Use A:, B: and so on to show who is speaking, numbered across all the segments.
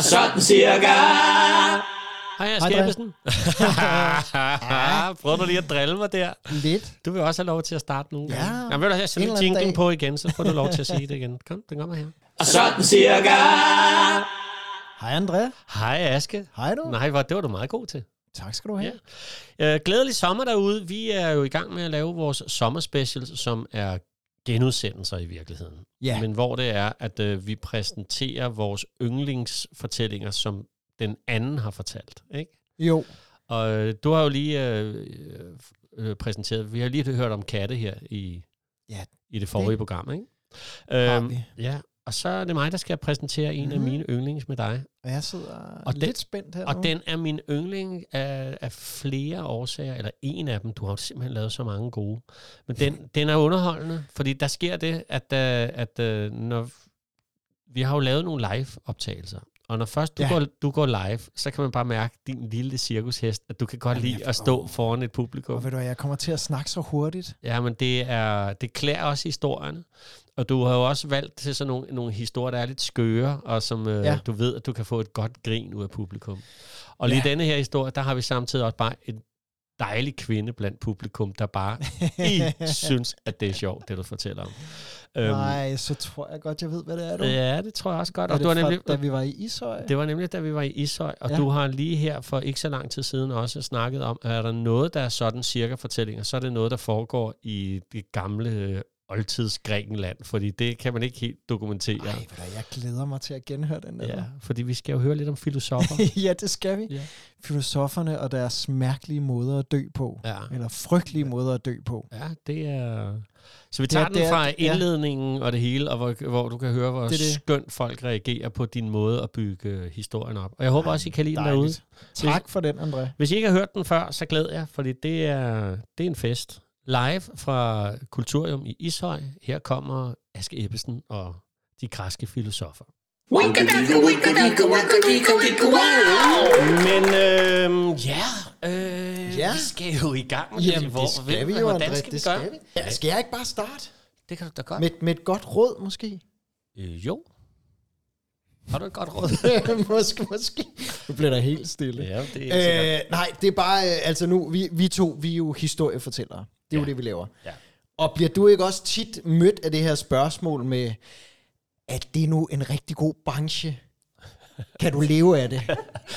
A: Sådan cirka.
B: Hej, jeg er
C: Hej,
B: Skæbesen. Prøv du lige at drille mig der.
C: Lidt.
B: Du vil også have lov til at starte nu.
C: Ja.
B: Jamen, ved du, hvad, jeg
C: En
B: sætter
C: eller anden
B: jinglen
C: dag.
B: på igen, så får du lov til at sige det igen. Kom, den kommer her.
A: Og sådan cirka.
C: Hej André.
B: Hej, Aske.
C: Hej du.
B: Nej, hvor, det var du meget god til.
C: Tak skal du have.
B: Ja. Øh, glædelig sommer derude. Vi er jo i gang med at lave vores sommerspecial, som er genudsendelser i virkeligheden.
C: Ja.
B: Men hvor det er, at øh, vi præsenterer vores yndlingsfortællinger, som den anden har fortalt. Ikke?
C: Jo.
B: Og øh, du har jo lige øh, øh, præsenteret, vi har lige hørt om katte her i,
C: Ja,
B: i det forrige det. program, ikke? Øhm,
C: Har vi.
B: ja, og så er det mig, der skal præsentere en mm. af
C: Mhm.
B: mine yndlings med dig.
C: Og jeg sidder
B: Og
C: og
B: den-
C: lidt spændt her
B: Og
C: nu.
B: den er min yndling af, af flere årsager, eller en af dem. Du har jo simpelthen lavet så mange gode. Men den, den er underholdende, fordi der sker det, at, øh, at øh, når vi har jo lavet nogle live-optagelser. Og når først du, ja.
C: Ja.
B: går, du går live, så kan man bare mærke din lille cirkushest, at du kan godt
C: Jamen,
B: lide
C: jeg
B: at stå foran et publikum.
C: Og ved du hvad, jeg kommer til at snakke så hurtigt.
B: Ja, men det, er, det klæder også historierne. Og du har jo også valgt til sådan nogle, nogle historier, der er lidt skøre, og som øh, ja.
C: Ja.
B: du ved, at du kan få et godt grin ud af publikum. Og lige ja.
C: Ja.
B: denne her historie, der har vi samtidig også bare en dejlig kvinde blandt publikum, der bare I synes, at det er sjovt, det du fortæller om. Øhm,
C: Nej, så tror jeg godt, jeg ved, hvad det er, du.
B: Ja, det tror jeg også godt.
C: er
B: Og
C: det
B: du har nemlig,
C: fra, da vi var i Ishøj?
B: det var nemlig, da vi var i Ishøj, og ja.
C: Ja.
B: du har lige her for ikke så lang tid siden også snakket om, at er der noget, der er sådan cirka fortællinger, så er det noget, der foregår i det gamle øh, oldtids Grækenland, fordi det kan man ikke helt dokumentere.
C: Ej, ved du hvad, jeg glæder mig til at genhøre den der.
B: ja, fordi vi skal jo høre lidt om filosofer.
C: ja, det skal vi.
B: Ja.
C: Ja. Filosoferne og deres mærkelige måder at dø på.
B: ja.
C: Eller frygtelige måder at dø på.
B: ja, det er... Så vi
C: Det
B: tager
C: er-
B: den
C: det er-
B: fra
C: ja.
B: indledningen og det hele, og hvor, hvor du kan høre, hvor
C: Det er det.
B: skønt folk reagerer på din måde at bygge øh, historien op. Og jeg håber også, I kan lide den derude.
C: Dejligt. Tak for den, André.
B: Hvis I ikke har hørt den før, så glæder jeg, fordi det er, det er en fest. Live fra Kulturium i Ishøj. Her kommer Aske Ebbesen og de græske filosofer.
A: Winkadinka, winkadinka, winkadinka, winka, wow.
B: Men øh, ja, øh, ja,
C: Ja.
B: vi skal jo i gang. med
C: Jamen,
B: hvor-
C: det skal vi jo,
B: hvordan
C: André.
B: Skal vi
C: det
B: gøre?
C: skal vi. Ja. Skal jeg ikke bare starte?
B: Det kan du da godt.
C: Med, med et godt råd, måske?
B: Øh, jo. Har du et godt råd?
C: måske, måske. Nu bliver der helt stille.
B: ja, det er sikkert.
C: Øh, nej, det er bare, øh, altså nu, vi, vi to, vi er jo historiefortællere. Det er
B: Ja.
C: jo det, vi laver.
B: Ja.
C: Og bliver du ikke også tit mødt af det her spørgsmål med, at det er nu en rigtig god branche? Kan du leve af det?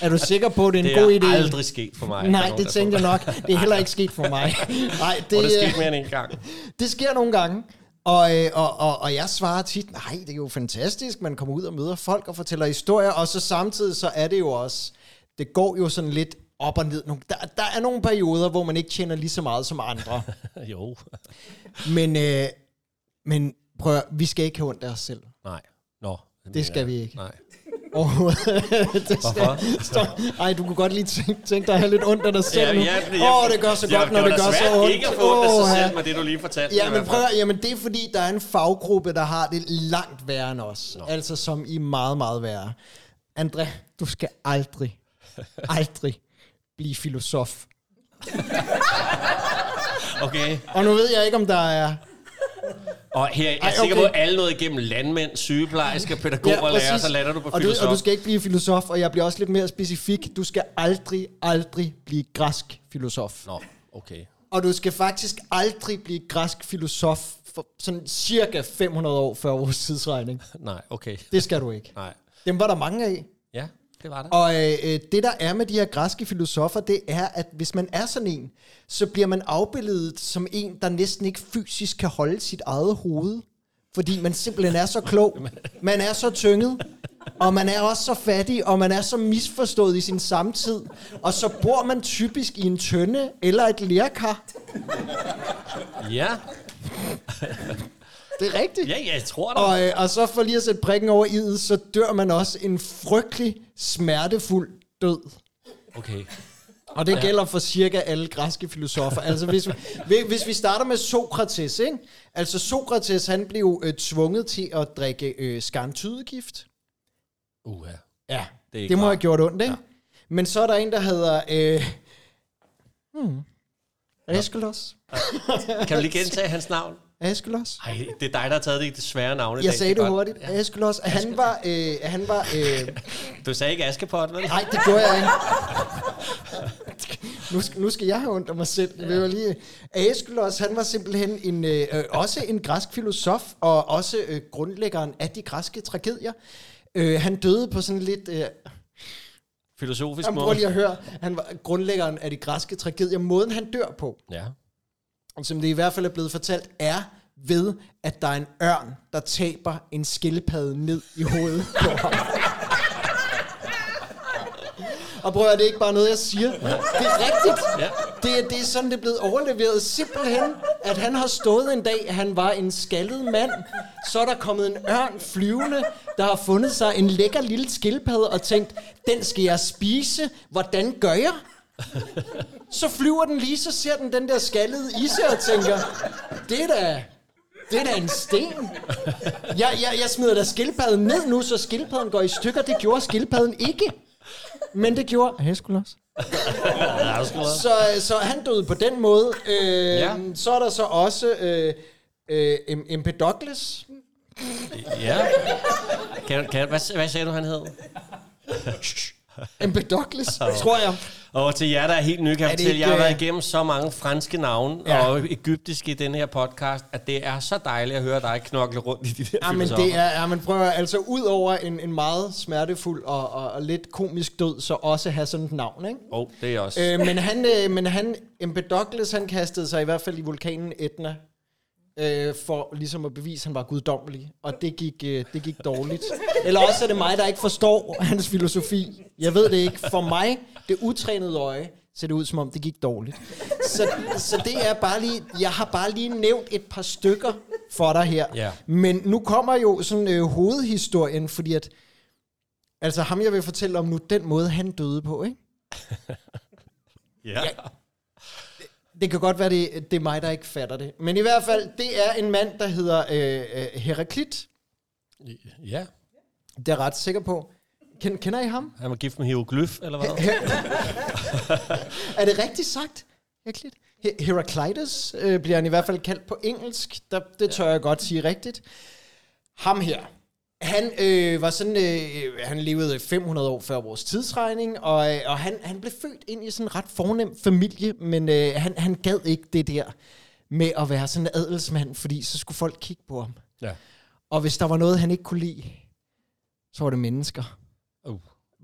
C: Er du sikker på, at det er en
B: det er
C: god idé?
B: aldrig sket for mig. at der er
C: Nej,
B: nogen,
C: det
B: der
C: tænkte jeg
B: tror.
C: nok. Det er heller ikke sket for mig. Nej, det,
B: Og det
C: øh,
B: skete mere end en gang.
C: det sker nogle gange. Og, øh, og, og, og jeg svarer tit, nej, det er jo fantastisk, man kommer ud og møder folk og fortæller historier, og så samtidig så er det jo også, det går jo sådan lidt op og ned. Nogle- Der, der er nogle perioder, hvor man ikke tjener lige så meget som andre.
B: jo.
C: Men, øh, men prøv at, høre, vi skal ikke have ondt af os selv.
B: Nej. Nå. mener
C: Det skal
B: jeg.
C: vi ikke.
B: Nej.
C: Overhovedet. det
B: Hvorfor?
C: står, ej, du kunne godt lige tænke, tænke dig at have lidt ondt af dig selv nu.
B: Åh,
C: Åh, det gør så godt, når det gør så ondt.
B: ikke at få det sig
C: Åh,
B: selv med det, du lige fortalte.
C: Ja, men prøv at, høre, jamen det er fordi, der er en faggruppe, der har det langt værre end os. Nå. Altså som i meget, meget værre. André, du skal aldrig, aldrig blive filosof.
B: Okay,
C: Og nu ved jeg ikke, om der er...
B: og her, jeg er
C: Ej,
B: sikker på, at
C: okay.
B: alle noget igennem landmænd, sygeplejersker, pædagoger, ja, lærer, så lander du på
C: og, du,
B: filosof.
C: og du skal ikke blive filosof, og jeg bliver også lidt mere specifik. Du skal aldrig, aldrig blive græsk filosof.
B: Nå, okay.
C: Og du skal faktisk aldrig blive græsk filosof for sådan cirka 500 år før vores tidsregning.
B: Nej, okay.
C: Det skal du ikke.
B: Nej.
C: Dem var der mange af.
B: Ja, det var det.
C: Og øh, øh, det der er med de her græske filosofer, det er, at hvis man er sådan en, så bliver man afbildet som en, der næsten ikke fysisk kan holde sit eget hoved. Fordi man simpelthen er så klog, man er så tynget, og man er også så fattig, og man er så misforstået i sin samtid. Og så bor man typisk i en tønde eller et lærkar.
B: Ja,
C: Det er rigtigt.
B: ja, ja, jeg tror det.
C: Og, øh, og så for lige at sætte prikken over i'et, så dør man også en frygtelig, smertefuld død.
B: Okay.
C: Og det ja. gælder for cirka alle græske filosofer. Altså hvis vi, hvi- hvis vi starter med Sokrates, ikke? Altså Sokrates, han blev øh, tvunget til at drikke øh, skarntydegift.
B: Uha.
C: Ja,
B: Det er
C: det,
B: ikke
C: det må
B: rart.
C: have gjort ondt, ikke? Ja. Men så er der en, der hedder... Øh, hmm, Aeschylus.
B: Kan du lige gentage hans navn?
C: Aeschylus.
B: Ej, det er dig, der har taget det i det svære navn i
C: Jeg
B: dag.
C: sagde
B: er
C: det
B: godt.
C: hurtigt. Aeschylus, at han var... Øh, at han var øh,
B: Du sagde ikke Askepot, vel?
C: nej, det gjorde jeg ikke. Nu skal, nu skal jeg have ondt af mig selv. Det var lige... Aeschylus, han var simpelthen en, øh, øh, også en græsk filosof, og også øh, grundlæggeren af de græske tragedier. Øh, han døde på sådan lidt... Øh,
B: Filosofisk
C: jamen, prøv
B: måde.
C: lige at høre. Han var grundlæggeren af de græske tragedier. Måden, han dør på,
B: Ja.
C: som det i hvert fald er blevet fortalt, er ved, at der er en ørn, der taber en skildpadde ned i hovedet på ham. Og prøv at høre, det er ikke bare noget, jeg siger. Det er rigtigt.
B: Ja.
C: Det, er- det er sådan, det er blevet overleveret. Simpelthen, at han har stået en dag, han var en skaldet mand. Så er der kommet en ørn flyvende, der har fundet sig en lækker lille skildpadde og tænkt, den skal jeg spise. Hvordan gør jeg? Så flyver den lige, så ser den den der skaldede isse og tænker, det er da, det er da en sten. Jeg, jeg, jeg smider da skildpadden ned nu, så skildpadden går i stykker. Det gjorde skildpadden ikke. Men det gjorde Aeschylus.
B: Askepot.
C: Så, så han døde på den måde. Øh, ja.
B: Ja.
C: Så er der så også øh, øh, Em- Empedocles.
B: Ja. Kan, kan, hvad, hvad sagde du, han hed?
C: Empedocles, tror jeg.
B: Og til jer, der er helt nye, kan jeg
C: Er det
B: fortælle,
C: ikke,
B: jeg har
C: øh,
B: været igennem så mange franske navne
C: Ja.
B: ja. og egyptiske i den her podcast, at det er så dejligt at høre dig knokle rundt i de der
C: Ja, men
B: filosoffer.
C: det er, ja, men prøv at, altså ud over en, en meget smertefuld og, og, og lidt komisk død, så også have sådan et navn, ikke?
B: Oh, det er også.
C: Øh, men han, øh, men han, Empedocles, han kastede sig i hvert fald i vulkanen Etna, øh, for ligesom at bevise, at han var guddommelig. Og det gik, øh, det gik dårligt. Eller også er det mig, der ikke forstår hans filosofi. Jeg ved det ikke. For mig, det utrænede øje, ser det ud som om, det gik dårligt. Så, så det er bare lige, jeg har bare lige nævnt et par stykker for dig her.
B: Ja.
C: Men nu kommer jo sådan øh, hovedhistorien, fordi at, altså ham jeg vil fortælle om nu, den måde han døde på, ikke?
B: ja.
C: Det kan godt være, det, det er mig, der ikke fatter det. Men i hvert fald, det er en mand, der hedder øh, øh, Heraklit.
B: ja.
C: Det er jeg ret sikker på. Ken, kender I ham?
B: Han var gift med hieroglyf, eller hvad?
C: Er det rigtigt sagt? Heraklit? He- Heraklitus øh, bliver han i hvert fald kaldt på engelsk. Der, det tør jeg godt sige rigtigt. Ham her. Han øh, var sådan, øh, han levede 500 år før vores tidsregning, og, øh, og han, han blev født ind i sådan en ret fornem familie, men øh, han, han gad ikke det der med at være sådan en adelsmand, fordi så skulle folk kigge på ham.
B: Ja.
C: Og hvis der var noget, han ikke kunne lide, så var det mennesker.
B: Uh.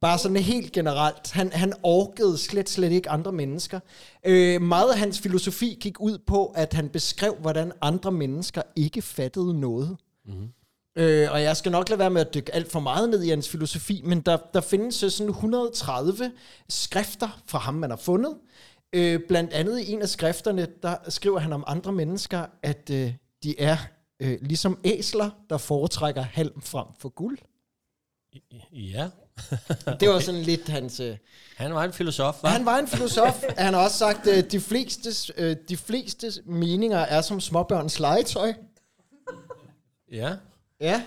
C: Bare sådan helt generelt. Han, han orkede slet, slet ikke andre mennesker. Øh, meget af hans filosofi gik ud på, at han beskrev, hvordan andre mennesker ikke fattede noget. Øh, og jeg skal nok lade være med at dykke alt for meget ned i hans filosofi, men der, der findes så sådan 130 skrifter fra ham, man har fundet. Øh, blandt andet i en af skrifterne, der skriver han om andre mennesker, at øh, de er øh, ligesom æsler, der foretrækker halm frem for guld.
B: Ja.
C: Det var sådan lidt hans... Øh,
B: Han var en filosof, var?
C: han var en filosof. Han har også sagt, at de fleste, øh, de fleste meninger er som småbørns legetøj.
B: Ja.
C: Ja.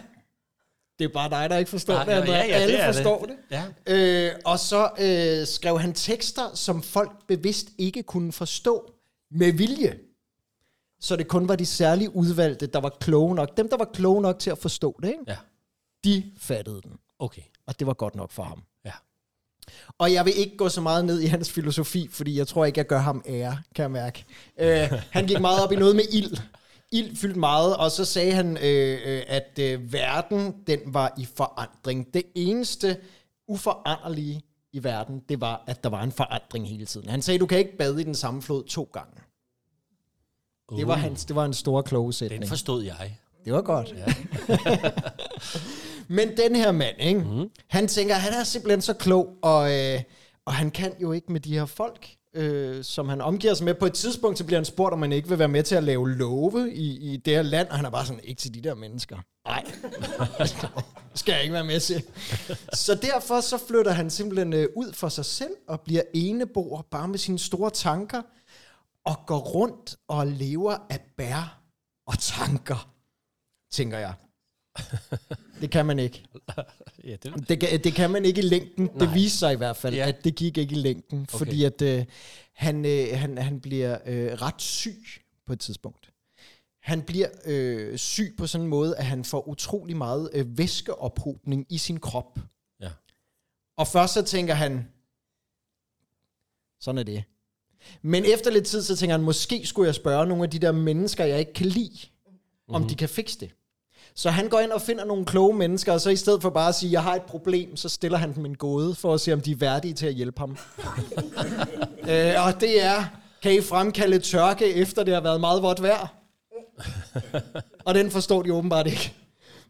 C: Det er bare dig, der ikke forstår
B: Nej,
C: det, Andrea.
B: ja, ja, det
C: Alle
B: er det.
C: forstår det.
B: Ja.
C: Øh, og så øh, skrev han tekster, som folk bevidst ikke kunne forstå med vilje. Så det kun var de særligt udvalgte, der var kloge nok. Dem, der var kloge nok til at forstå det, ikke?
B: Ja.
C: de fattede den.
B: Okay.
C: Og det var godt nok for ham.
B: Ja.
C: Og jeg vil ikke gå så meget ned i hans filosofi, fordi jeg tror ikke, jeg gør ham ære, kan jeg mærke. Øh, han gik meget op i noget med ild. Ild fyldte meget, og så sagde han, øh, øh, at øh, verden, den var i forandring. Det eneste uforanderlige i verden, det var, at der var en forandring hele tiden. Han sagde, du kan ikke bade i den samme flod to gange. Uh. Det var hans, det var en stor kloge sætning.
B: Den forstod jeg.
C: Det var godt. Ja. Men den her mand, ikke? Mm. han tænker, han er simpelthen så klog, og, øh, og han kan jo ikke med de her folk, øh, som han omgiver sig med. På et tidspunkt, så bliver han spurgt, om han ikke vil være med til at lave love i, i det her land, og han er bare sådan, ikke til de der mennesker. Nej, det skal jeg ikke være med til. Så derfor så flytter han simpelthen øh, ud for sig selv, og bliver eneboer bare med sine store tanker, og går rundt og lever af bær og tanker tænker jeg. Det kan man ikke.
B: Ja, det
C: Det kan, det kan man ikke i længden. Nej. Det viste sig i hvert fald, ja.
B: Ja.
C: at det gik ikke i længden. Okay. Fordi at øh, han, øh, han, han bliver øh, ret syg på et tidspunkt. Han bliver øh, syg på sådan en måde, at han får utrolig meget øh, væskeophobning i sin krop.
B: Ja.
C: Og først så tænker han, sådan er det. Men efter lidt tid, så tænker han, måske skulle jeg spørge nogle af de der mennesker, jeg ikke kan lide, mm-hmm. om de kan fikse det. Så han går ind og finder nogle kloge mennesker, og så i stedet for bare at sige, jeg har et problem, så stiller han dem en gåde, for at se, om de er værdige til at hjælpe ham. øh, og det er, kan I fremkalde tørke, efter det har været meget vådt vejr? og den forstår de åbenbart ikke.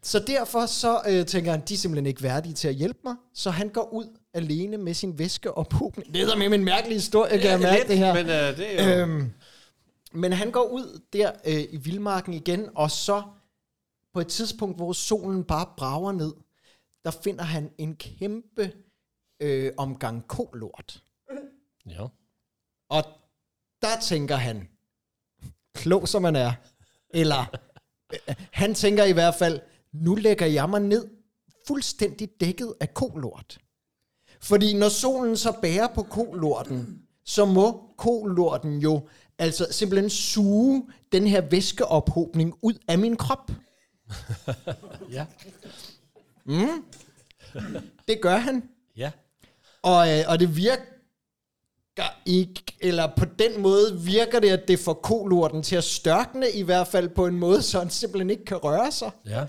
C: Så derfor så øh, tænker han, de er simpelthen ikke værdige til at hjælpe mig, så han går ud alene med sin væske og puben. Det er med en mærkelig historie, kan jeg mærke det her.
B: Men øh, det er jo...
C: Øhm, men han går ud der øh, i vildmarken igen, og så på et tidspunkt, hvor solen bare brager ned, der finder han en kæmpe øh, omgang kolort.
B: Ja.
C: Og der tænker han, klog som han er, eller øh, han tænker i hvert fald, nu lægger jeg mig ned fuldstændig dækket af kolort. Fordi når solen så bærer på kolorten, så må kolorten jo altså simpelthen suge den her væskeophobning ud af min krop.
B: Ja.
C: Mm. Det gør han.
B: Ja.
C: Og, øh, og det virker ikke, eller på den måde virker det, at det får kolorten til at størkne, i hvert fald på en måde, så han simpelthen ikke kan røre sig.
B: Ja.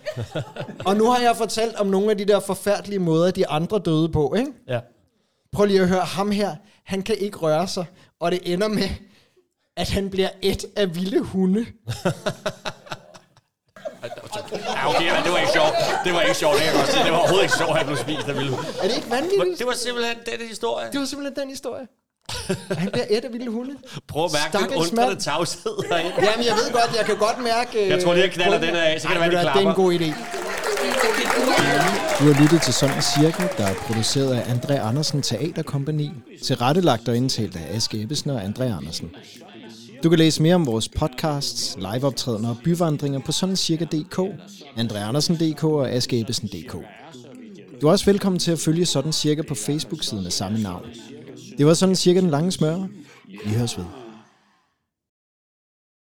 C: Og nu har jeg fortalt om nogle af de der forfærdelige måder, de andre døde på, ikke?
B: ja.
C: Prøv lige at høre ham her. Han kan ikke røre sig, og det ender med, at han bliver et af vilde hunde.
D: Ja, okay, men det var ikke sjovt. Det var ikke sjovt, det kan jeg godt se. Det var overhovedet ikke sjovt, at jeg blev spist af vilde hunde.
C: Er det ikke vanvittigt?
B: Det var simpelthen den historie.
C: Det var simpelthen den historie. Han bliver et af vilde hunde.
D: Prøv at mærke den
C: Stakkels
D: undrende
C: mand.
D: tavshed herinde.
C: Jamen, jeg ved godt, jeg kan godt mærke...
D: Jeg tror lige, jeg knaller
C: øh,
D: den af, så kan det
C: Ej,
D: være, de
C: ved du hvad, Det er
D: klapper.
C: en god idé.
E: Du har lyttet til Sådan Cirkel, der er produceret af André Andersen Teaterkompagni, tilrettelagt og indtalt af Aske Ebbesen og André Andersen. Du kan læse mere om vores podcasts, liveoptrædener og byvandringer på sådancirka.dk, andreandersen.dk og askeebbesen.dk. Du er også velkommen til at følge Sådan Cirka på Facebook-siden af samme navn. Det var Sådan Cirka den lange smør. Vi høres ved.